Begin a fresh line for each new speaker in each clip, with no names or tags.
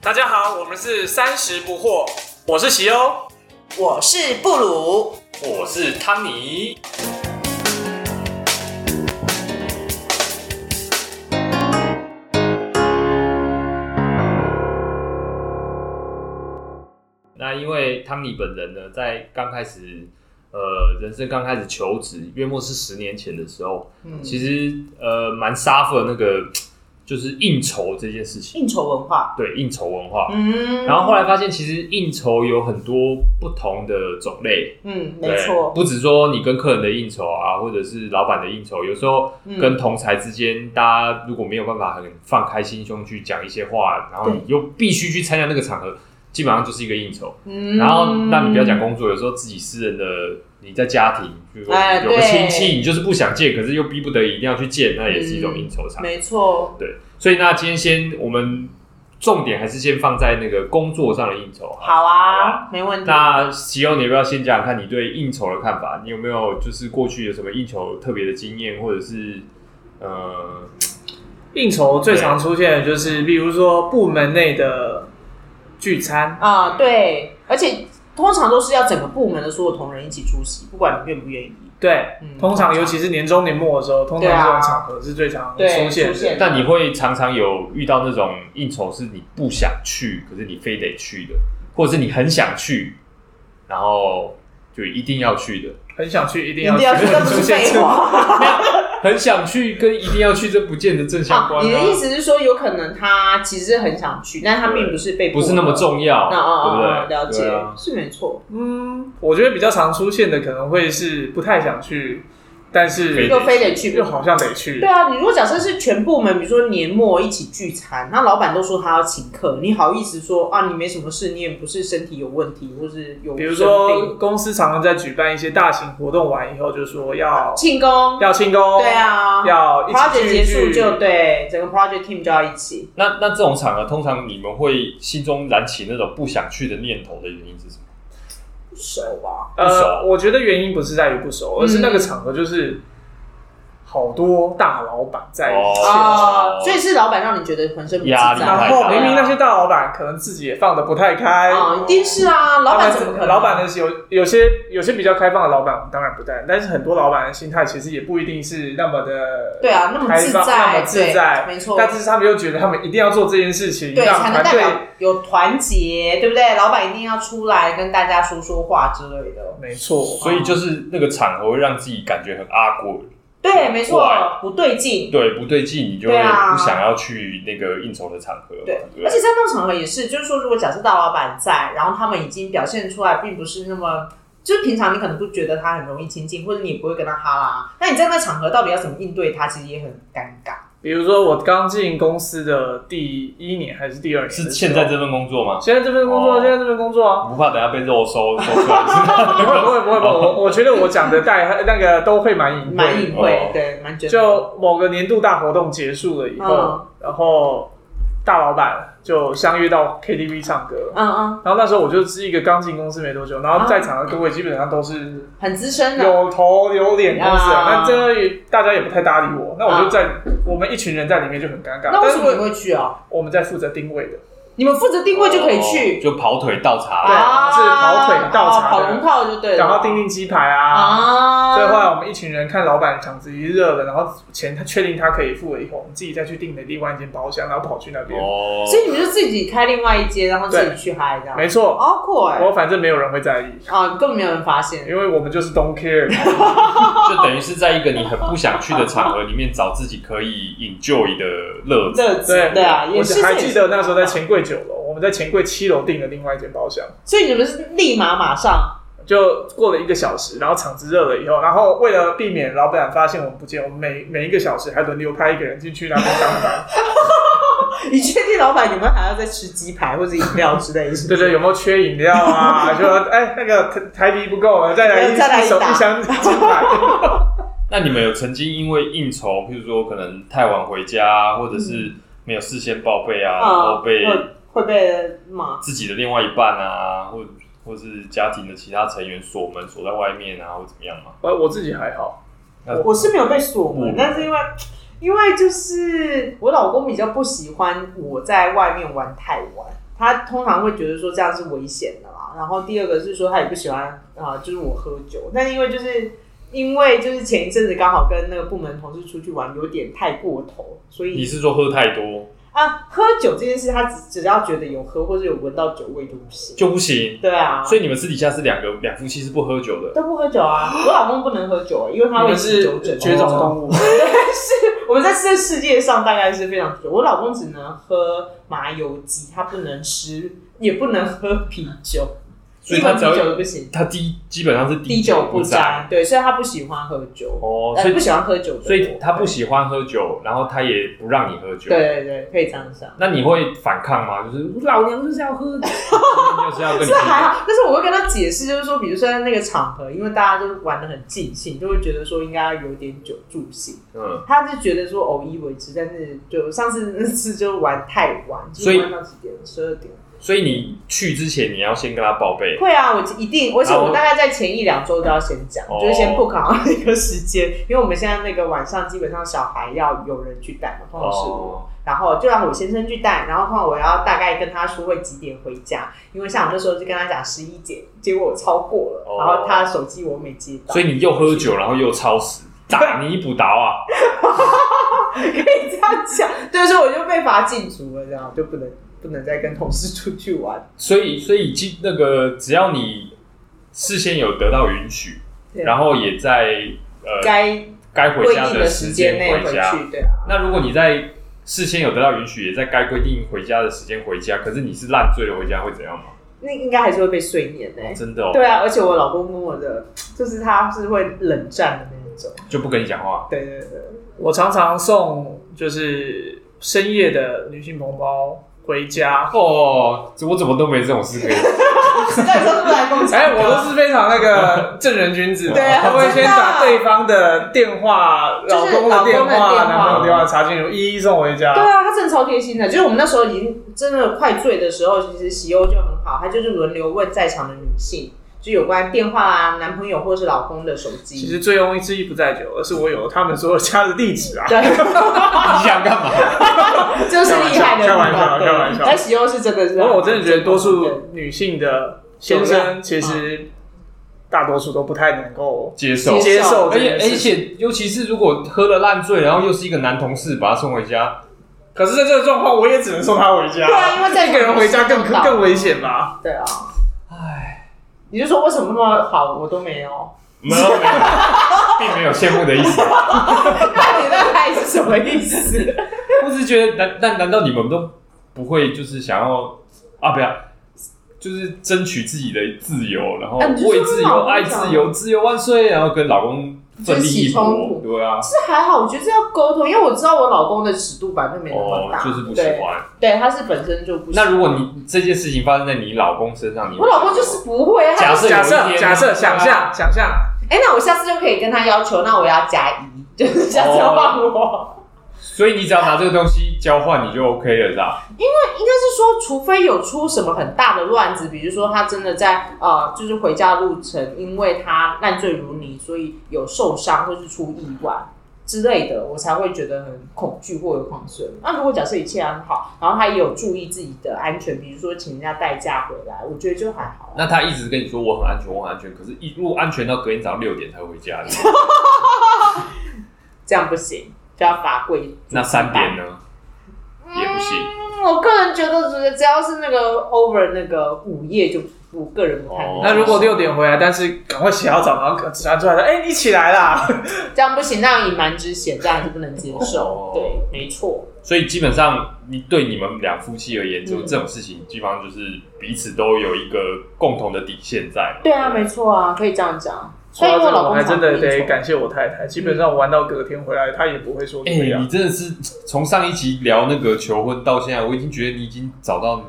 大家好，我们是三十不惑，我是喜欧，
我是布鲁，
我是汤尼。
那因为汤尼本人呢，在刚开始呃人生刚开始求职，约莫是十年前的时候，
嗯，
其实呃蛮 suffer 那个就是应酬这件事情，
应酬文化，
对应酬文化。
嗯
然后后来发现，其实应酬有很多不同的种类，
嗯，
对
没错，
不只说你跟客人的应酬啊，或者是老板的应酬，有时候
嗯
跟同才之间，大家如果没有办法很放开心胸去讲一些话，然后你又必须去参加那个场合，基本上就是一个应酬。
嗯
然后让你不要讲工作，有时候自己私人的，你在家庭，比如说
哎
有个亲
对嗯
戚，你就是不想见，可是又逼不得已一定要去见，那也是一种应酬场。
没错，
对，所以那今天先我们重点还是先放在那个工作上的应酬。
好
好
啊，没问题。
那喜欧，你要不要先讲讲看你对应酬的看法？你有没有就是过去有什么应酬特别的经验，或者是呃，
应酬最常出现的就是，例如说部门内的聚餐，
啊，对，而且通常都是要整个部门的所有同仁一起出席，不管你愿不愿意。
对，
嗯
通常尤其是年终年末的时候，通常
对啊
这种场合是最常
对
出现
出现
的。
但你会常常有遇到那种应酬是你不想去，可是你非得去的，或者是你很想去，然后就一定要去 的。
很想去，一定
一
要
定要去，这不
出
是
现
废
这种
话。
很想去跟一定要去，这不见得正相关、啊
哦你的意思是说，有可能他其实很想去，但他并不是被迫
不
的
是那么。重
啊
要，
啊
对不
啊！啊
对？
了解
对啊，
是没错，
嗯，我觉得比较常出现的可能会是不太想去，但
非
是
得
又非得去
又好像得去
对。啊，你如果假设是全部门，比如说年末一起聚餐，那老板都说他要请客，你好意思说啊？你没什么事，你也不是身体有问题，或是有
比如
生
说，
病
公司常常在举办一些大型活动完以后，就说要
庆功，
要庆功，
对，啊，
要一起
project
去
结束就对，整个 project team 就要一起。
那那这种场合，通常你们会心中燃起那种不想去的念头的原因是什么？
不熟啊吧？
不
呃，
熟
我觉得原因不是在于不熟，而是
嗯
那个场合就是好多大老板在
哦
现场，
啊，所以是老板让你觉得浑身不自在。
压力太大
然啊后明明那些大老板可能自己也放的不太开，
啊，一定是啊，老板
他
怎么
们
可能？
老板的有有些有些比较开放的老板，我们当然不带，但是很多老板的心态其实也不一定是那么的
对啊，那么
开
自
放，那
在，
么自在，
对没错。
但是他们又觉得他们一定要做这件事情，
对，
让
才能
团
代
队
表有团结，对不对？老板一定要出来跟大家说说话之类的。
没错，
哦
所以就是那个场合会让自己感觉很阿果，
对，没错
哇，
不对劲。
对不对劲，你就会
对啊
不想要去那个应酬的场合嘛，
对
不
而且在那种场合也是，就是说，如果假设大老板在，然后他们已经表现出来，并不是那么，就是平常你可能不觉得他很容易亲近，或者你也不会跟他哈拉，那你在那场合到底要怎么应对他，其实也很尴尬。
比如说我刚进公司的第一年还是第二年的时候，
是现在这份工作吗？
现在这份工
哦
作，现在这份工作啊，
不怕等下被肉 收收出来？
不
哦
会不会不会，不会我我觉得我讲的带那个都会蛮隐
蛮
晦。
隐晦，
哦
对，蛮觉得
就某个年度大活动结束了以后，
嗯
然后大老板就相约到 KTV 唱歌。
嗯嗯，
然后那时候我就是一个刚进公司没多久，然后在场的各位基本上都是
很资深的，
有头有脸公司人，
啊
那这也大家也不太搭理我，那我就在、我们一群人在里面就很尴尬。
那为
但
什
是
么你
我
会去啊？
我们在负责定位的，
你们负责定位就可以去
哦，就跑腿倒茶
对。
啊，
是跑腿倒茶的
哦跑龙套就对了，
然后订定鸡排啊。
啊，
所以后来我们一群人看老板场子一热了，然后钱他确定他可以付了以后，我们自己再去订的另外一间包厢，然后跑去那边。
哦，
啊所以你们就自己开另外一间，然后自己去嗨这样，
没错，
好酷哎！
我反正没有人会在意，
啊，根本没有人发现。
因为我们就是 don't care。
就等于是在一个你很不想去的场合里面找自己可以 enjoy 的乐子。
乐子
对
对啊，也
我
是
还记得那时候在
前，
钱柜九楼，我们在钱柜七楼订了另外一间包厢，
所以你们是立马马上
就过了一个小时，然后场子热了以后，然后为了避免老板发现我们不见，我们每 每一个小时还轮流派一个人进去那边当班。
你确定老板有没有还要再吃鸡排或者饮料之类的？是不
对
是
对，有没有缺饮料啊？就说哎，那个台台啤不够了，再来一
再来一
一手
打
一箱金牌。
那你们有曾经因为应酬，譬如说可能太晚回家，或者是
嗯
没有事先报备啊，然后
啊，
被
会会被骂。
自己的另外一半啊，或或是家庭的其他成员锁门锁在外面啊，或怎么样吗？
我我自己还好，呃
那
我是没有被锁门
嗯，
但是因为因为就是我老公比较不喜欢我在外面玩太晚，他通常会觉得说这样是危险的啦。然后第二个是说他也不喜欢啊、呃就是我喝酒，但因为就是因为就是前一阵子刚好跟那个部门同事出去玩，有点太过头，所
你
以
是说喝太多
啊，喝酒这件事他只只要觉得有喝或者有闻到酒味就不行。
就不行？
对啊，
所以你们私底下是两个两夫妻是不喝酒的，
都不喝酒啊，我老公不能喝酒、欸因为他
你
会
们
吃酒疹哦
是。绝种动物，
我们在这世界上大概是非常久，我老公只能喝麻油鸡，他不能吃，也不能喝啤酒，
所以他
一
只
喝啤酒
要
都不行，
他滴基本上是
滴
滴
酒不
沾
沾。对，所以他不喜欢喝酒，
哦，
呃
所以
不喜欢喝酒的
所以
我
他不喜欢喝酒，然后他也不让你喝酒。
对，对对，可以这样想。
那你会反抗吗？就是老娘就是要喝， 就是要跟你
这还
拼。
好，但是啊我会跟他解释，就是说，比如说在那个场合，因为大家都玩的很尽兴，就会觉得说应该有点酒助兴。
嗯，
他是觉得说偶一为之，但是就上次那次就玩太晚，就
所以
是玩到几点？十二点。
所以你去之前你要先跟他报备。
会啊，我一定，而且
然后
我大概在前一两周都要先讲，
哦
就是先不考 那个时间，因为我们现在那个晚上基本上小孩要有人去带嘛，通常是我，
哦，
然后就让我先生去带，然后通常我要大概跟他说会几点回家，因为像我那时候就跟他讲十一点，结果我超过了，
哦
然后他手机我没接到，
所以你又喝酒，然后又超时，打你补刀啊！
这样讲，对，所以我就被罚禁足了，这样就不能不能再跟同事出去玩。
所以，所以基那个只要你事先有得到允许，
对
然后也在呃
该
该回
规
家
定的时
时
间内
间
回
家。
去，对啊，
那如果你在事先有得到允许，也在该规定回家的时间回家，可是你是烂醉了回家会怎样吗？
那应该还是会被碎念的、
哦真的哦，
对啊，而且我老公跟我的，就是他是会冷战的那一种。
就不跟你讲话。
对对对，
我常常送就是深夜的女性同胞回家，
哦，我怎么都没这种 事可以。
那时候不来跟我讲
哎，我都是非常那个正人君子，
对啊
我会先
真的
打对方的电话、
就
老
是
公
老公
的
的
电话、
电话
男朋友的电话查清楚，一一送回家。
对啊，他真的超贴心的。就是我们那时候已经真的快醉的时候，其实喜优就很好，他就是轮流问在场的女性，就有关电话啊、男朋友或是老公的手机。
其实醉翁之意不在酒，而是我有了他们所有家的地址啊。
对，
你想干嘛？
就是厉害的地
开玩笑
方。
开玩笑
对，但喜优是真的是，
不过我真的觉得多数女性的先生其实大多数都不太能够
接受。
接受
而
这
且
件
而
事情。
且，尤其是如果喝了烂醉，然后又是一个男同事把他送回家，
可是在这个状况，我也只能送她回家。
对啊因为在
一个人回家更
找不到
更危险吧？
对啊。
唉，
你就说为什么那么好，我都没有。
没有， 没有并没有羡慕的意思。
那你那还是什么意思？
我只是觉得，难但难道你们都不会就是想要啊？不要，就是争取自己的自由，然后
啊你就是
为自
跟老
由、
公
爱
讲
自由、自由万岁，然后跟老公奋力一
就是起冲
搏，
突
对啊，
这还好，我觉得这要沟通，因为我知道我老公的尺度本来就没那么
哦
大，，
就是不喜欢。
对。对，他是本身就不喜欢。
那如果你这件事情发生在你老公身上，你会
我老公就是不会啊，他
假
就
设
假
有一
设
天
假设想
对啊
象想象，
哎、那我下次就可以跟他要求，那我要加一，就是下次要帮我。
所以你只要拿这个东西交换，你就 OK 了，是吧？
应该是说，除非有出什么很大的乱子，比如说他真的在呃，就是回家路程，因为他烂醉如泥，所以有受伤或是出意外。之类的，我才会觉得很恐惧或有恐惧。那如果假设一切安好，然后他也有注意自己的安全，比如说请人家代驾回来，我觉得就还好啦。
那他一直跟你说我很安全，我很安全，可是一路安全到隔天早上六点才回家，
这样不行，就要罚跪。
那三点呢也不行。
嗯，我个人觉得，只只要是那个 over 那个午夜就不，我个人不太能
哦
那如果六点回来，但是赶快洗好澡，然后可查出来了，哎，你起 来啦！
这样不行，那样隐瞒之嫌，这样还是不能接
哦
受。对，没错，
所以基本上，你对你们两夫妻而言，就
嗯
这种事情，基本上就是彼此都有一个共同的底线在嘛。
对啊，没错啊，可以这样讲。
说
但因为
到这
我
个，
老
我
公
还真的得
感，
感谢我太太，基本上玩到隔天回来，她也不会说怎
哎、
么样
你。真的是从上一集聊那个求婚到现在，我已经觉得你已经找到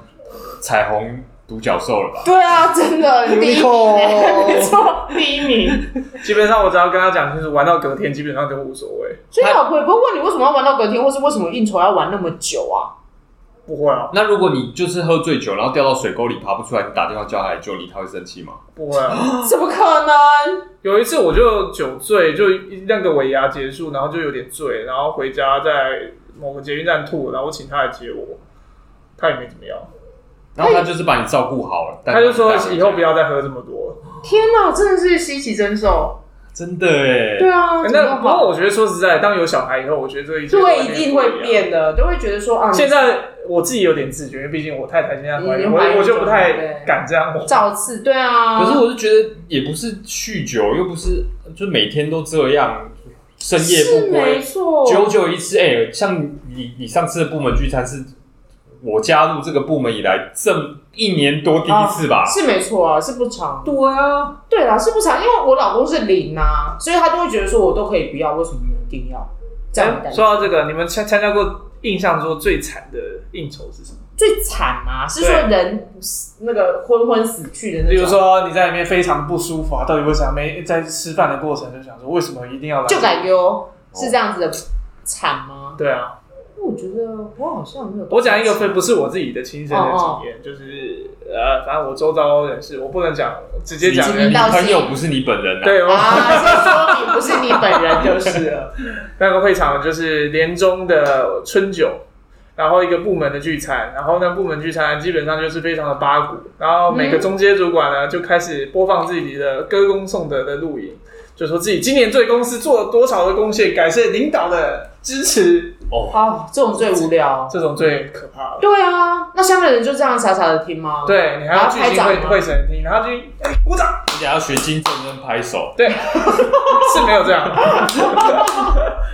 彩虹独角兽了吧？
对啊，真的 第一名欸，没错， 第一名。
基本上我只要跟她讲，就是玩到隔天，基本上就无所谓，
所以老婆也不会问你为什么要玩到隔天，或是为什么应酬要玩那么久啊？
不会啊，
那如果你就是喝醉酒，然后掉到水沟里爬不出来，你打电话叫他来救你，他会生气吗？
不会啊。
怎么可能？
有一次我就酒醉，就那个尾牙结束，然后就有点醉，然后回家在某个捷运站吐，然后我请他来接我，他也没怎么样。
然后他就是把你照顾好了，但
他就说以后不
要
要再喝这么多。
天哪，真的是稀奇珍兽。
真的哎，
对啊，怎
那
么
不过
好
我觉得说实在，当有小孩以后，我觉得这一切
对
都
一定会。变的，都会觉得说啊，你
现在我自己有点自觉，因为毕竟我太太现在怀
嗯
孕，
你怀孕
我我就不
对
太敢这样。
造次，对啊。
可是我是觉得也不是酗酒，又不是就每天都这样，深夜
是
不
没
归，
错，
久久一次。哎、像你你上次的部门聚餐是我加入这个部门以来这一年多第一次吧？
是没错啊，是不长。
对啊，
对啦，是不长，因为我老公是零啊，所以他都会觉得说我都可以不要，为什么我一定要这样的感觉？
哎说到这个，你们参参加过印象中最惨的应酬是什么？
最惨嘛，是说人那个昏昏死去的那种。
比如说你在里面非常不舒服啊，到底为啥没在吃饭的过程就想说为什么一定要来？
就感忧是这样子的惨吗？
对啊，
我觉得我好像没有。
我讲一个非不是我自己的亲身的经
哦
验，就是呃，反正我周遭人士，我不能讲直接讲
你
人
你
知，道
朋友不是你本人啊？
对，我
啊，是说你不是你本人就。
就是 是了那个会场就是年终的春酒，然后一个部门的聚餐，然后那部门聚餐基本上就是非常的八股，然后每个中阶主管呢就开始播放自己的歌功颂德的录影，就说自己今年对公司做了多少的贡献，感谢领导的支持，
哦，
哦，这种最无聊。
这种最可怕了。
对啊，那下面的人就这样傻傻的听吗？，
对你还要聚
然后拍
精
掌
会
吗
会神听，然后就哎鼓掌。
而且还要学金正恩拍手，
对，是没有这样，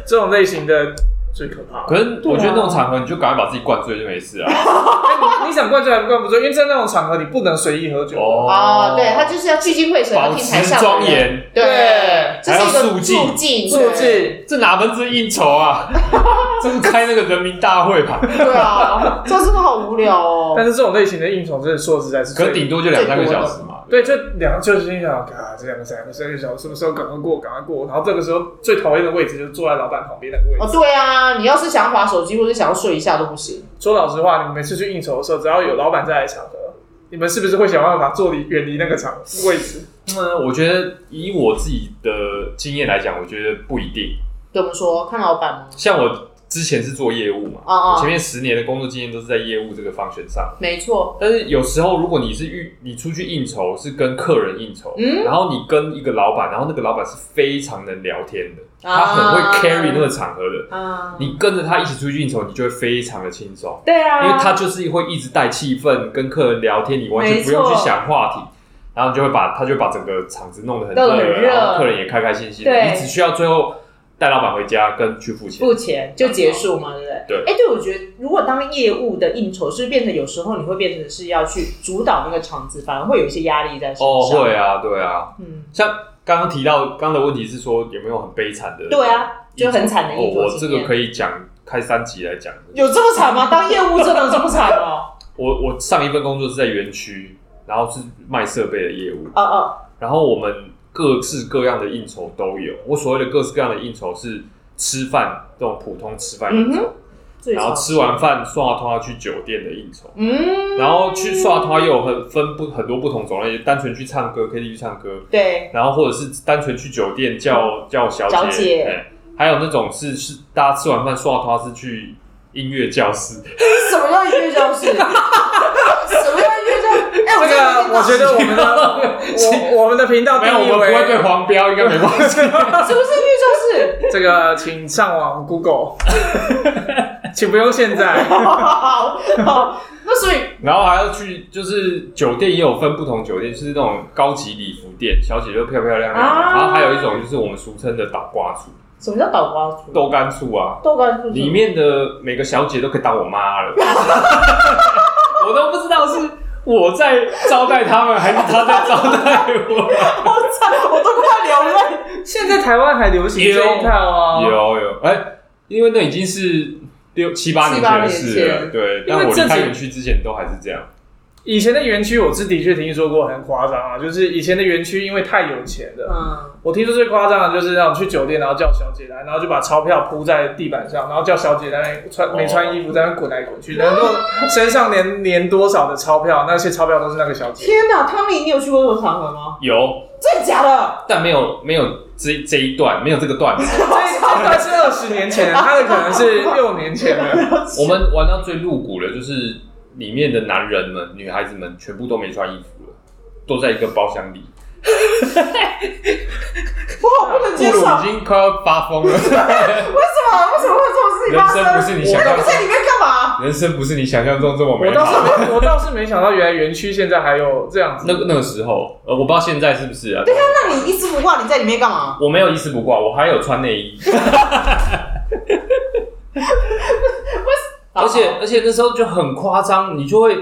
这种类型的最可怕。
可是我觉
对
得
啊
那种场合你就赶快把自己灌醉就没事啊。
哎你想灌醉还不灌不醉，因为在那种场合你不能随意喝 酒。
哦，对他就是要聚精会神，要
保
听台
持
上的
庄
人。
严，
对，这
还要
是一个
肃静
肃静，
素质，
这哪门子应酬 啊？这是开那个人民大会吧？
对对啊，这真的好无聊
但
哦。
是这种类型的应酬真的说实在是
可
最，
能顶多就两三个小时嘛。
对，就两就是心想，啊，这两个三个三个小时什么时候赶快过，赶快过。然后这个时候最讨厌的位置就是坐在老板旁边那个位置。
哦，对啊，你要是想要划手机或者想要睡一下都不行。
说老实话，你们每次去应酬的时候，只要有老板在的场合，你们是不是会想办法坐离远离那个场位置？
嗯，我觉得以我自己的经验来讲，我觉得不一定。
怎么说？看老板吗？
像我之前是做业务嘛，
啊啊
我前面十年的工作经验都是在业务这个方选上。
没错，
但是有时候，如果你是遇你出去应酬，是跟客人应酬，
嗯
然后你跟一个老板，然后那个老板是非常能聊天的，他很会 carry 那个场合的。
啊，
你跟着他一起出去应酬，你就会非常的轻松。
对啊，
因为他就是会一直带气氛，跟客人聊天，你完全不用去想话题，然后你就会把他就把整个场子弄得很
弄得很
热，
热
然后客人也开开心心的。
对
你只需要最后带老板回家跟去付钱
付，钱就结束嘛，对不对？
对
哎，对，我觉得如果当业务的应酬，是不是变成有时候你会变成是要去主导那个场子，反而会有一些压力在身上。
哦，会，啊，对啊，
嗯，
像刚刚提到刚刚的问题是说有没有很悲惨的？
对，啊，就很惨的
哦
应，酬
我这
经
个
验。
可以讲开三集来讲。
有这么惨吗？当业务真的有这么惨哦？
我我上一份工作是在园区，然后是卖设备的业务，
哦哦，
然后我们各式各样的应酬都有。我所谓的各式各样的应酬是吃饭这种普通吃饭应酬，
最
然后
惨。
吃完饭刷拖去酒店的应酬，
嗯，
然后去刷拖也有很分不很多不同种类，单纯去唱歌 KTV 唱歌，
对，
然后或者是单纯去酒店叫叫小姐，
小姐
哎还有那种是是大家吃完饭刷拖是去音乐教室，
什么叫音乐教室？什么叫音乐教室？哎，我
这
真的
个
不
我觉
知道
得我们的我我们的频道
没有，
定义
我们不会对
为
黄标应该没关系。
什么是音乐 教室？
这个，请上网 Google，请不用 现在。
好，好那所以
然后还要去，就是酒店也有分不同酒店，就是那种高级礼服店，小姐就漂漂亮亮的。
啊
然后还有一种就是我们俗称的倒挂处、
什么叫倒瓜厨？
豆干处啊，
豆干叔
里面的每个小姐都可以当我妈了。 我都不知道是我在招待他们，还是他在招待我。
好惨， 我都快流泪。
现在台湾还流行这一套啊，
有有，哎、因为那已经是六七八年前的事
七八年
了，
前
对。
因为
但我离
这
开
几
园区之前都还是这样。
以前的园区我是的确听说过很夸张啊，就是以前的园区因为太有钱了，
嗯，
我听说最夸张的就是让我去酒店，然后叫小姐来，然后就把钞票铺在地板上，然后叫小姐在那里穿
哦
没穿衣服在那边滚来滚去，然后身上连连多少的钞票，那些钞票都是那个小 姐。
天哪，汤米，你有去过这种场合吗？
有，
真的假的？
但没有没有这这一段，没有这个段子。
这大概是二十年前的，他的可能是六年前的。
我们玩到最露骨的，就是里面的男人们、女孩子们全部都没穿衣服了，都在一个包厢里，
我好不能
布
接受，为
鲁
什么
已经快要发疯了。
为什么会有这种事情
人
发
生不是你想
那
象
你
中
在，里面干嘛？
人生不是你想象中这么
我
美
倒
好。
是没，我倒是没想到，原来园区现在还有这样子。
那个那个时候，呃，我不知道现在是不是啊？
那你一丝不挂，你在里面干嘛？
我没有一丝不挂，我还有穿内衣，
啊
而且而且那时候就很夸张，你就会，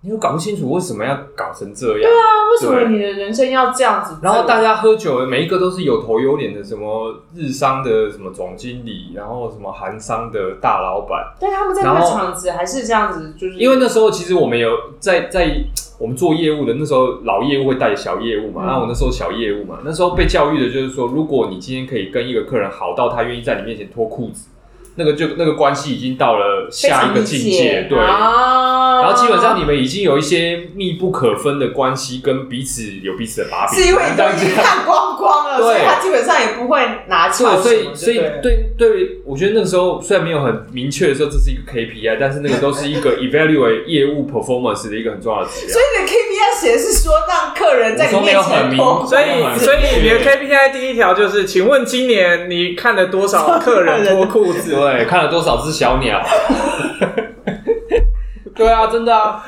你又搞不清楚为什么要搞成这样。
那啊为什么你的人生要这样子？
然后大家喝酒，每一个都是有头有脸的，什么日商的什么总经理，然后什么韩商的大老板。
但他们在那个场子还是这样子，就是
因为那时候其实我们有在在我们做业务的，那时候老业务会带小业务嘛，
嗯
那、我那时候小业务嘛，那时候被教育的就是说，如果你今天可以跟一个客人好到他愿意在你面前脱裤子，那个就那个关系已经到了下一个境界，对。
啊哦
然后基本上你们已经有一些密不可分的关系，跟彼此有彼此的把柄。
是因为你都已经看光光 了，
对
所以他基本上也不会拿翘
对，所
什么
以所以
对不对
对对，我觉得那个时候虽然没有很明确的说这是一个 KPI，但是那个都是一个 evaluate 业务 performance 的一个很重要的指标
所。以你的 KPI 写的是说让客人在你面
我说没有很
前
明
脱
所以，所以你的 KPI 第一条就是，请问今年你看了多少客人脱裤子？
对，看了多少只小鸟？ 对啊，真的啊。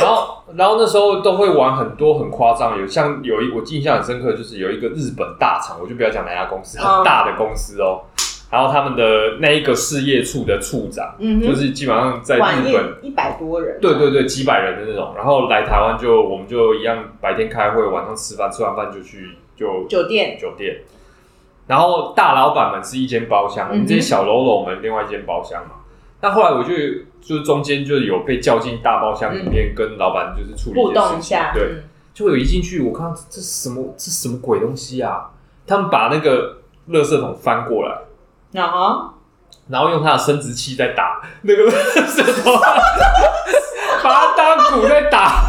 然后，然后那时候都会玩很多很夸张的，有像有一我印象很深刻，就是有一个日本大厂，我就不要讲哪家公司，很大的公司哦。然后他们的那一个事业处的处长，
嗯哼
就是基本上在
晚
日本
宴一百多人，
对对对，几百人的那种。然后来台湾就我们就一样，白天开会，晚上吃饭，吃完饭就去就
酒店
酒店。然后大老板们是一间包
嗯
厢，我们这些小喽啰们另外一间包厢嘛。那后来我就就是中间就有被叫进大包厢里面，跟老板就是处理
互
一些
动
事
一
情。
下，
对，
嗯，
就有一进去，我看到这这是什么这是什么鬼东西啊？他们把那个垃圾桶翻过来，
然后
然后用他的生殖器在打那个垃圾桶， 把它当鼓在打。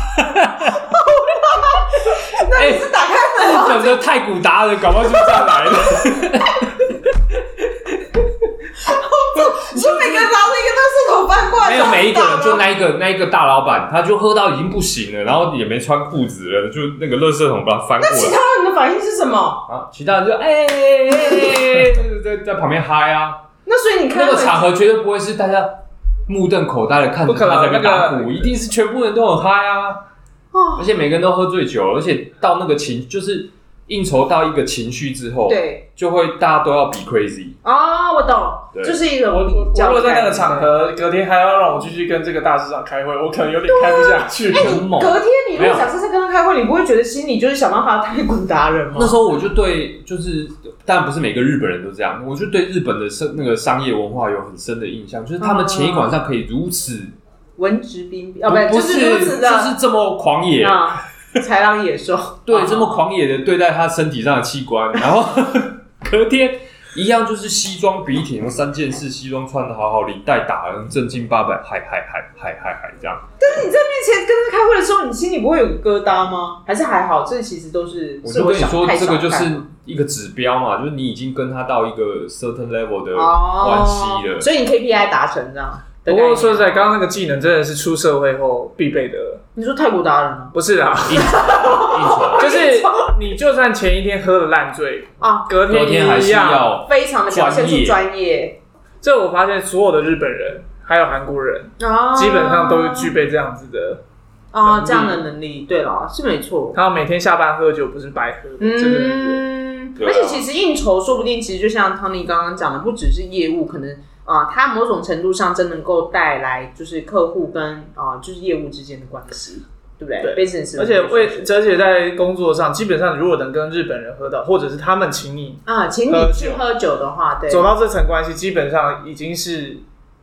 哎、
是打开门，
日本的太古达人搞不好就这样来的。
你说每个人拿着一个垃圾桶翻过来，
没有每一个人，
这
就
样子打吗
那一个那一个大老板，他就喝到已经不行了，然后也没穿裤子了，就那个垃圾桶把它翻过
其
来。
他人的反应是什么？
啊，其他人就哎、欸欸欸，在在旁边嗨啊。
那所以你看
那
到
个场合绝对不会是大家目瞪口呆的看着
不可能
他在那边打鼓，
那个
一定是全部人都很嗨啊。
哦
而且每个人都喝醉酒，而且到那个情就是应酬到一个情绪之后，，
对
就会大家都要比 crazy。
哦，我懂，
对
就是一个
我我
比
我
较
如果在那
概
个
念
场。合，隔天还要让我继续跟这个大市长开会，我可能有点开不下去。
哎，
很
你
猛
隔天你如
没有
果假设在跟他开会，你不会觉得心里就是想办法太古达人吗？
那时候我就对，就是当然不是每个日本人都这样，我就对日本的商那个商业文化有很深的印象，就是他们前一晚上可以如此，
文质彬彬啊，
不
不
是
是如此的
就是这么狂野，
啊，豺狼野兽， 啊
对，这么狂野的对待他身体上的器官， 然后隔天一样就是西装笔挺，三件事西装穿的好好，领带打得正经八百，嗨嗨嗨嗨嗨嗨这样。
你在面前跟他开会的时候，你心里不会有个疙瘩吗？还是还好？这其实都是
我
是
就跟你
想
说，
太
这
少
个就
看
是一个指标嘛，就是你已经跟他到一个 certain level 的
哦
关系了。
所以你 KPI 达成这样。
不过说实在，刚刚那个技能真的是出社会后必备的，
你说泰国达人啊吗
不是啦，
应酬，应酬，
就是你就算前一天喝了烂醉，
啊，
隔
隔天还
一
是
样。
要
非常的表现出专业
这我发现所有的日本人还有韩国人，
啊
基本上都具备这样子的，
啊
能力
这样的能力。对了，是没错。
他们每天下班喝酒不是白喝，真的是。
嗯，
对啊
而且其实应酬说不定其实就像汤尼刚刚讲的，不只是业务，可能啊，它某种程度上真能够带来就是客户跟啊就是业务之间的关系，对不对
对
？business，
而且为，而且在工作上，基本上如果能跟日本人喝到，或者是他们请你
啊，请你去喝酒的话，对，
走到这层关系，基本上已经是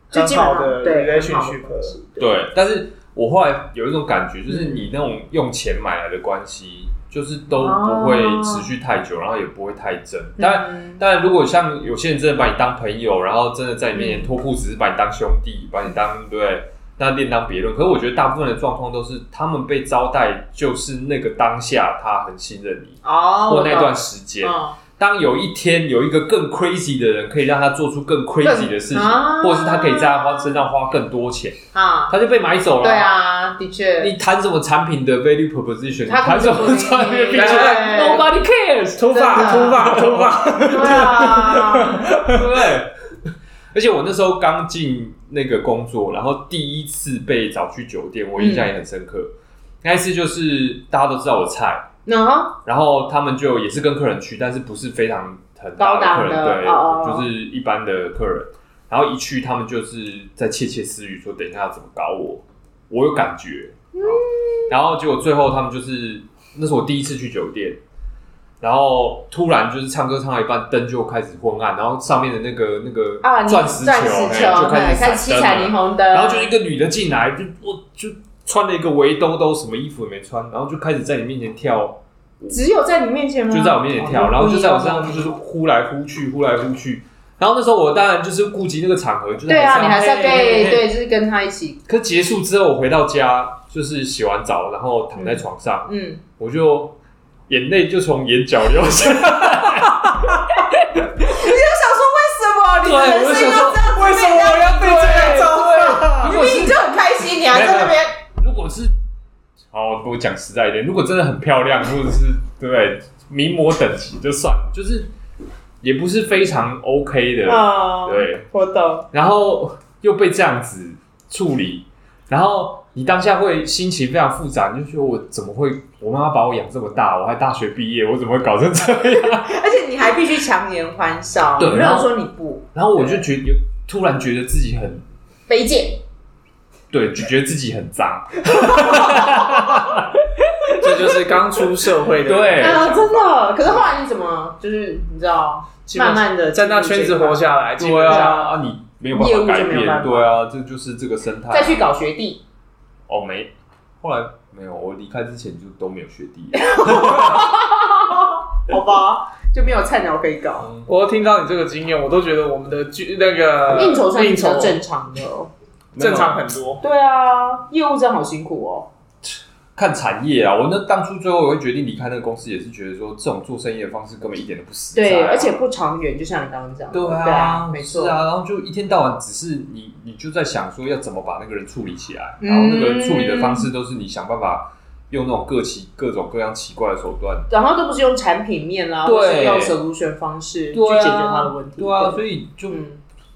就
很
基本
好
上
的
对很好
relationship
的关
了。
系，
对，但是我后来有一种感觉，就是你那种用钱买来的关系，就是都不会持续太
哦
久，然后也不会太真。当然，
嗯
当然，如果像有些人真的把你当朋友，然后真的在你面前脱裤子，把你当兄弟，把你当对不对，那另当别论。可是我觉得大部分的状况都是他们被招待，就是那个当下他很信任你，
哦，
或
我
那
懂
段时间。
嗯
当有一天有一个更 crazy 的人可以让他做出更 crazy 的事情，
啊
或者是他可以在他花身上花更多钱，
啊，
他就被买走了。
对，啊，的确，
你谈什么产品的 value proposition，你
他
谈什
根本就
么
不
产品的
理
b
你
u
对
n o b o d y cares，
头
真的
发，头发，头 发，
对啊，
对不对？ 而且我那时候刚进那个工作，然后第一次被找去酒店，我印象也很深刻。
嗯
那一次就是大家都知道我菜，
然后
然后他们就也是跟客人去，但是不是非常很大
高档
客人，
的
对，
哦哦哦
就是一般的客人。然后一去，他们就是在窃窃私语，说等一下要怎么搞我，我有感觉。
嗯
哦然后结果最后他们就是，那是我第一次去酒店，然后突然就是唱歌唱到一半，灯就开始昏暗，然后上面的那个那个
啊，你
钻石球,、哎
钻石球，
就开
对，
始
开始
闪
七
灯
彩
了
霓虹灯，
然后就一个女的进来，就我就穿了一个围兜兜，什么衣服也没穿，然后就开始在你面前跳。
只有在你面前吗？
就在我面前
哦
跳，然后就在我身上
不一
就
样
是呼来呼去，呼来呼去。然后那时候我当然就是顾及那个场合，就是哎
对啊，你还是要
嘿
对。
嘿嘿
对，就是跟他一起，
可结束之后，我回到家就是洗完澡，然后躺在床上，
嗯，
我就眼泪就从眼角流下来。
你就想说为什么？
对，
你的
我
人
就
生
想说
要这样，，
为什么我要被这个招啊？
如
明
果
明你
是
就很开心，你还在那边，
如果是，好，我讲实在一点，如果真的很漂亮，或者是对不对，名模等级就算了，就是也不是非常 OK 的，
哦，
对。
我懂，
然后又被这样子处理，然后你当下会心情非常复杂，你就觉得我怎么会，我妈妈把我养这么大，我还大学毕业，我怎么会搞成这样？
而且你还必须强颜欢笑，
对
你没
然
有
后
说你不
然后我就觉得，突然觉得自己很
卑贱，
对，就觉得自己很脏，
这就是刚出社会的，，
对，
啊，真的。可是后来你怎么，就是你知道，
基本
慢
上
慢的
在那圈子活，下来，基
对
本上
啊，啊你没有办
业务
法改
就没有
变，
办法
对啊，这就是这个生态。
再去搞学弟，
哦，没，后来没有，我离开之前就都没有学 弟，
好吧，就没有菜鸟可以搞。
嗯
我听到你这个经验，我都觉得我们的剧那个
应酬算是
呃应
比较
酬
正常的哦，
正常很多。
对啊，业务真的好辛苦哦。
看产业啊，我那当初最后我会决定离开那个公司，也是觉得说这种做生意的方式根本一点都不实在啊、
对，而且不长远，就像你刚刚讲的，
对啊，
对啊，没错
是，啊，然后就一天到晚只是你你就在想说要怎么把那个人处理起来，
嗯
然后那个处理的方式都是你想办法用那种各奇各种各样奇怪的手段。
然后都不是用产品面啦，
对
或是用 solution 方式去
对啊
解决他的问题。
对啊，所以就、
嗯，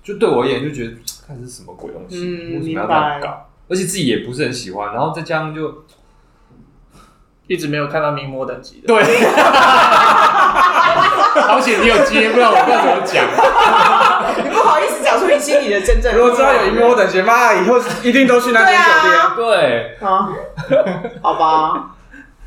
就对我而言就觉得看是什么鬼东西，
嗯
为什么要这样
明白
搞？而且自己也不是很喜欢，然后再加上就
一直没有看到名模等级的，
对， 好险你有接，不然我不知道怎么讲。
你不好意思讲出你心里的 真正。
如果知道有名模等级，妈以后一定都去那间酒
对
店。
啊
对，
啊，好吧。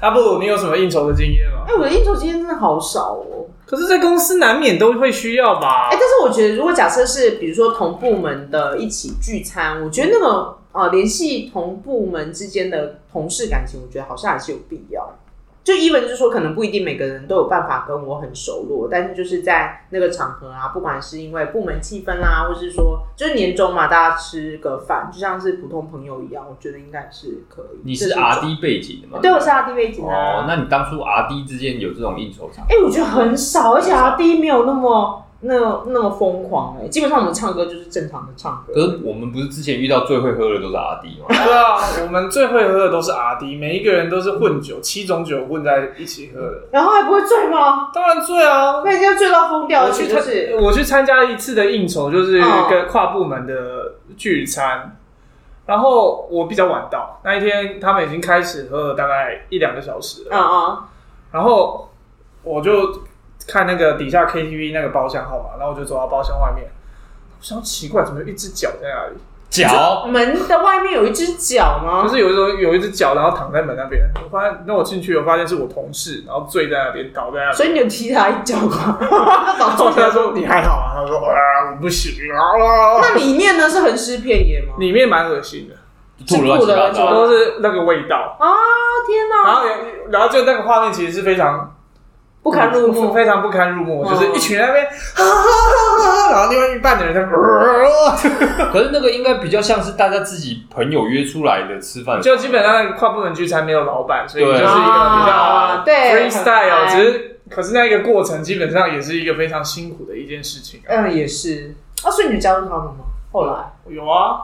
阿布鲁，你有什么应酬的经验吗
哎、？我的应酬经验真的好少哦。
可是，在公司难免都会需要吧
哎、？但是我觉得，如果假设是比如说同部门的一起聚餐，我觉得那个呃联系同部门之间的同事感情，我觉得好像还是有必要。就 even 就是说，可能不一定每个人都有办法跟我很熟络，但是就是在那个场合啊，不管是因为部门气氛啦、或是说就是年终嘛，大家吃个饭，就像是普通朋友一样，我觉得应该是可以。
你
这
是
种
R D 背景的吗？
对，我是阿弟背景啊。
哦，那你当初 R D 之间有这种应酬场？
哎、我觉得很少，而且阿弟没有那么那那么疯狂哎、基本上我们唱歌就是正常的唱歌。
可是我们不是之前遇到最会喝的都是 R D 吗？
对啊，我们最会喝的都是 R D，每一个人都是混酒，七种酒混在一起喝的。
然后还不会醉吗？
当然醉啊！
那人家醉到疯掉，
我
而且
去参哦
就是，
我去参加一次的应酬，就是
嗯
跟跨部门的聚餐，然后我比较晚到，那一天他们已经开始喝了大概一两个小时
嗯
了，
嗯，
然后我就看那个底下 KTV 那个包厢号码，然后我就走到包厢外面，我想奇怪，怎么有一只脚在那里？
脚
啊门的外面有一只脚
就
吗？
是有一种有一只脚，然后躺在门那边，我发现，那我进去，我发现是我同事，然后醉在那边倒在那边。
所以你有踢他一脚吗？
然后他说：“你还好啊？”他说：“啊，我不行啊。
那里面呢是横尸遍野吗”？
里面蛮恶心的，
哦吐了乱七八
是吐了
糟，
都是那个味道。
啊天
然后
哪，
也，然后就那个画面其实是非常
不堪入目，
非常不堪入目，
嗯
就是一群人在那边， 啊啊啊啊然后另外一半的人在那边 呃，
可是那个应该比较像是大家自己朋友约出来的吃饭，
就基本上跨部门聚餐没有老板，所以就是一个比
对
较
啊对
freestyle，
很嗨
只是可是那一个过程基本上也是一个非常辛苦的一件事情啊。
嗯，也是。啊，所以你有加入他们吗？后来
有啊，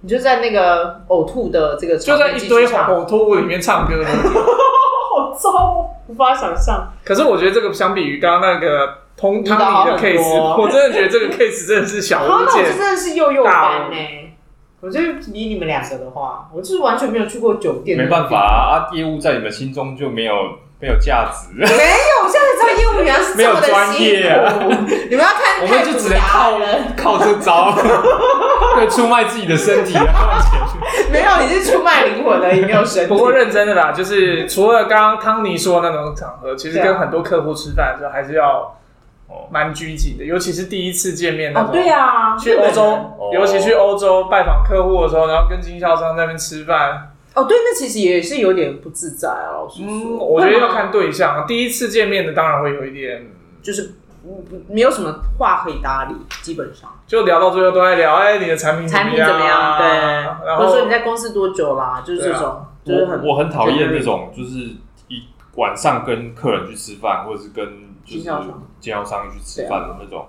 你就在那个呕吐的这个
就
场
在
地
一
继
堆
续唱，
呕吐物里面唱歌。
好糟哦，无法想象。
可是我觉得这个相比于刚刚那个通
舞蹈
汤
好
米的
很多
case，我真的觉得这个 case 真的是小
啊，
巫
那我就
见。
真的是幼幼班
大
呢、我就比你们两个的话，我就是完全没有去过酒店。
没办法，啊，啊业务在你们心中就没有没有价值，
没有，我现在才知道业务员是这么的
没有专业啊
辛苦。你们要看，
我们就只能
太
靠
复杂
靠
了。
这招， 对，出卖自己的身体啊来换钱。
没有，你是出卖灵魂而已，没有身体。
不过认真的啦，就是除了刚刚汤尼说的那种场合，其实
对啊
跟很多客户吃饭的时候还是要
哦
蛮拘谨的，尤其是第一次见面那
哦，
种。
对啊，
去
日本
欧
人
洲
哦，
尤其去欧洲拜访客户的时候，然后跟经销商在那边吃饭，
哦，对，那其实也是有点不自在啊，老实说。
嗯，我觉得要
会吗
看对象。第一次见面的当然会有一点，
就是不不没有什么话可以搭理，基本上
就聊到最后都在聊，哎，你的产品
产品
怎
怎
么
么
样？啊
样？对，
嗯然
或者说
后
你在公司多久啦？就是这种，就是
我
很
我很讨厌
这
那种就是一晚上跟客人去吃饭，或者是跟就是
经销商啊
经销商去吃饭的那种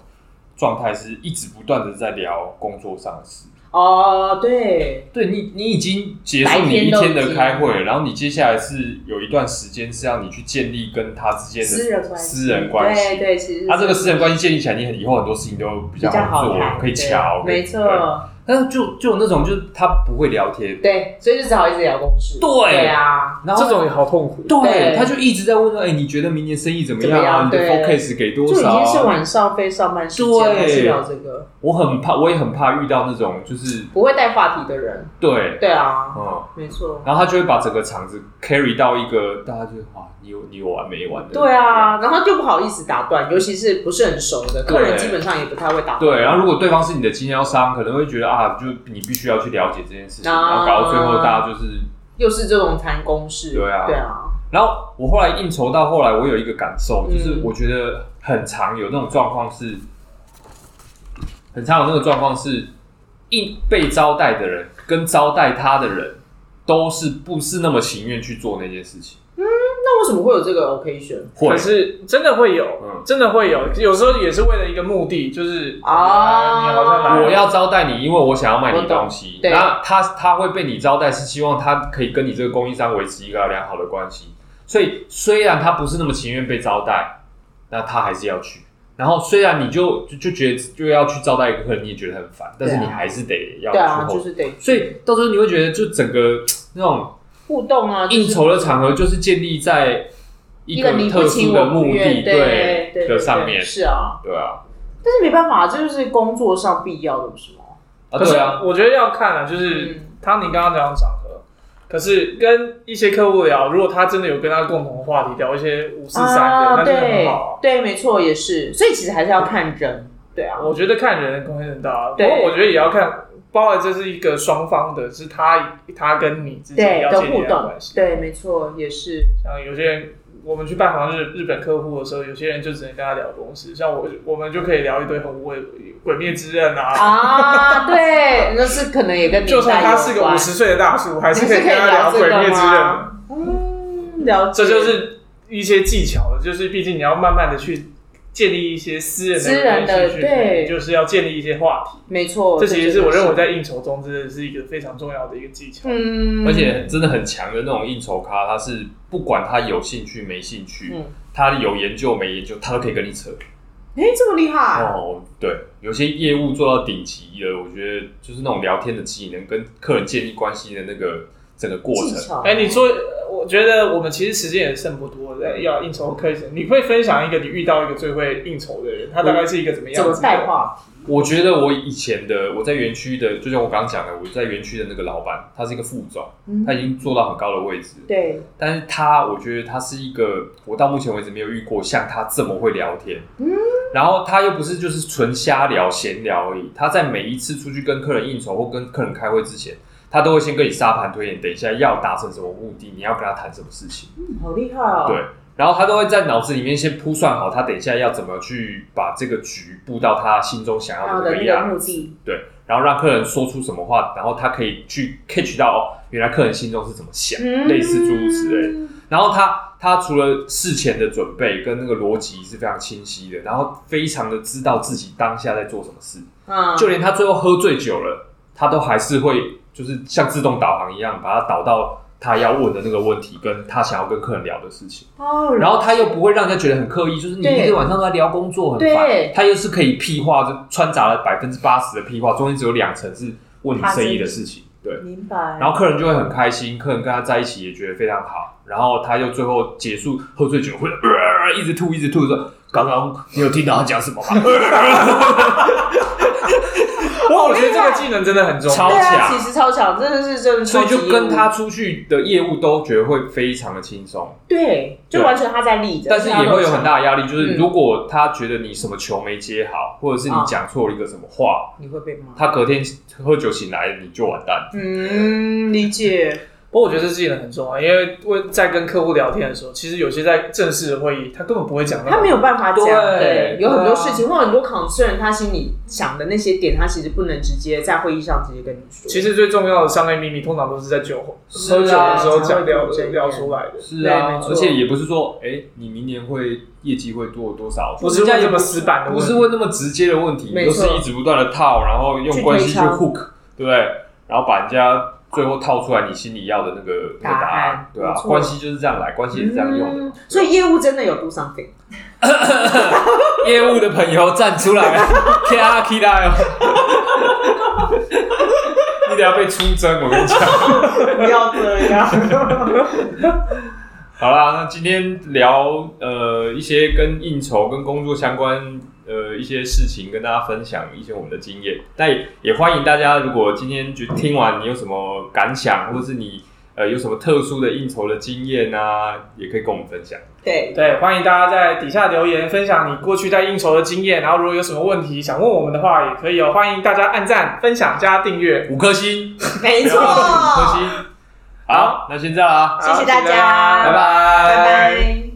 状态，是一直不断的在聊工作上的事。
哦，对，
对你，你已经结束
白
你
天
一
都
天
已
的
经
开会，然后你接下来是有一段时间是让你去建立跟他之间的
私人关系，
私人关系。
对对，其实
他、这个
是
私人关系建立起来，你很以后很多事情都比
比
较
较
好
好
做，
谈，
可以
对
瞧。
没
对
错，
但是就就有那种就是他不会聊天，
对，所以就只好一直聊公事。
对
对啊，
然后
这种也好痛苦。
对，
对
他就一直在问说：“哎、你觉得明年生意怎么
怎么
啊？
样
你的
对
focus 给多
就已
少、
经是
啊
晚上非上班时间
对
还是聊这个，？”
我很怕，我也很怕遇到那种就是
不会带话题的人。
对，
对啊，
嗯，
没错。
然后他就会把整个场子 carry 到一个大家就哇，你有你有完没完的？
对，啊，然后就不好意思打断，尤其是不是很熟的客人，基本上也不太会打断。
对。然后如果对方是你的经销商，可能会觉得啊，就你必须要去了解这件事情，
啊
然后搞到最后大家就是。
又是这种谈公事，
对啊
对啊，
然后我后来应酬到后来，我有一个感受，
嗯
就是我觉得很常有那种状况是，很常有那个状况是，应被招待的人跟招待他的人都是不是那么情愿去做那件事情，
那为什么会有这个 occasion
会
可是真的会有
嗯，
真的会有，有时候也是为了一个目的，就是
啊
你好像来了
我要招待你，因为我想要卖你东西
我懂。对
那他他会被你招待，是希望他可以跟你这个供应商维持一个良好的关系。所以虽然他不是那么情愿被招待，那他还是要去。然后虽然你就就就觉得就要去招待一个客人，你也觉得很烦，但是
对啊
你还是得要去
对啊，
后台。
就是得
所以到时候你会觉得，就整个那种
互动啊，就是
应酬的场合，就是建立在一
一
个
个你不
特殊
情
的
我
目
不
的
愿，对对
的上面
对。是啊，
对啊，
但是没办法，这就是工作上必要的，不是吗？
啊
可是
对啊，
我觉得要看啊，就是
嗯
汤尼刚刚讲的场合，可是跟一些客户聊，如果他真的有跟他共同话题，聊一些五四
哦
三的，那真的很
对
好啊。
对，没错，也是，所以其实还是要看人，对啊，
我觉得看人的关系很大啊，不
对
过我觉得也要看，包括这是一个双方的，是他他跟你之间
对
要
的
建立
互
的
动
关，系。
对，没错，也是，
像有些人，我们去拜访日日本客户的时候，有些人就只能跟他聊公司，像我我们就可以聊一堆很无谓鬼灭之刃啊。
啊， 对，那是可能也跟
就算
年代
他
有
是个
关
五十，岁的大叔，还
还
是可以跟他
聊
聊鬼灭
这个
之刃。啊
吗？嗯，了解，
这就是一些技巧了，就是毕竟你要慢慢的去建立一些私人的
私人的
relationship，
对
就是要建立一些话题。
没错，
这其实是我
真的
认为在应酬中真的是一个非常重要的一个技巧。
嗯，
而且真的很强的那种应酬咖，他是不管他有兴趣没兴趣，
嗯
他有研究没研究，他都可以跟你扯。
哎、这么厉害，
哦，对，有些业务做到顶级的，我觉得就是那种聊天的技能跟客人建立关系的那个整个过
技
程。
巧。
哎，你说，我觉得我们其实时间也剩不多，要应酬课程，你会分享一个你遇到一个最会应酬的人，他大概是一个怎么
怎
哎样
么
子
带
的？
话题？
我觉得我以前的我在园区的，就像我刚刚讲的，我在园区的那个老板，他是一个副总，
嗯
他已经做到很高的位置，
对，
但是他，我觉得他是一个，我到目前为止没有遇过像他这么会聊天。
嗯
然后他又不是就是纯瞎聊闲聊而已，他在每一次出去跟客人应酬或跟客人开会之前，他都会先跟哎你沙盘推演，等一下要达成什么目的，你要跟他谈什么事情，
嗯好厉害哦！
对。然后他都会在脑子里面先铺算好，他等一下要怎么去把这个局布到他心中想
然
要
后
的
的
那个
那个
样
目
子，
的，
对。然后让客人说出什么嗯话，然后他可以去 catch 到哦，原来客人心中是怎么想，类似诸如此类的。
嗯
然后他他除了事前的准备跟那个逻辑是非常清晰的，然后非常的知道自己当下在做什么事，
嗯，
就连他最后喝醉酒了，他都还是会就是像自动导航一样，把他导到他要问的那个问题，跟他想要跟客人聊的事情。
哦，
然后他又不会让人家觉得很刻意，就是你
对
一个晚上都在聊工作很
对
烦，他又是可以屁话，就穿杂了百分之八十的屁话，中间只有两成是问你生意的事情，对。
明白，
然后客人就会很开心，客人跟他在一起也觉得非常好，然后他又最后结束喝醉酒会、呃、一直吐一直吐说，刚刚你有听到他讲什么吗？
哇，我觉得这个技能真的很重
超
要。
对啊，
强
其实超强，真的是真的
所
超
以
级业务，
就跟他出去的业务都觉得会非常的轻松，
对，就
对
完全他在立着，
但是也会有很
大，
大的压力，就是
嗯
如果他觉得你什么球没接好，或者是你
啊
讲错了一个什么话，
你会被骂，
他隔天喝酒醒来你就完蛋。
嗯，理解，
不过我觉得这技能很重要，因为为在跟客户聊天的时候，其实有些在正式的会议，他根本不会讲那
他没
有
有办法讲，
对
有很
对
多
啊
事情或很多 concern，他心里想的那些点，他其实不能直接在会议上直接跟你说，
其实最重要的商业秘密，通常都是在酒后、
是啊
喝酒的时
才
候
会
讲聊
有这一
聊
点
出来的。
是
对没
啊，
错
而且也不是说，哎、你明年会业绩会多多少，
不是
人家
问
也
这
不
么
是
死
啊
板的
不
问
是
题，
问那么直接的问题，
没
都
错
是一直不断的套，然后用
去
关系
推
去
敲
hook，对不对？然后把人家最后套出来你心里要的那个那个答
答
案
案，
对啊
没，错
关系就是这样来，关系是这样用的。
嗯所以业务真的有 do something，
业务的朋友站出来， 天啊，期待哦！ 你等下被出征，我跟你讲。
不要这样，
好啦，那今天聊呃一些跟应酬、跟工作相关呃一些事情，跟大家分享一些我们的经验。但也也欢迎大家，如果今天就听完你有什么感想，或者是你呃有什么特殊的应酬的经验啊，也可以跟我们分享。
对，
对，欢迎大家在底下留言分享你过去在应酬的经验，然后如果有什么问题想问我们的话，也可以哦。欢迎大家按赞、分享加订阅。
五颗星，
没
不
错
要 忘了五颗，星。好，那先这样啦，
谢谢大
好
家
拜
拜拜。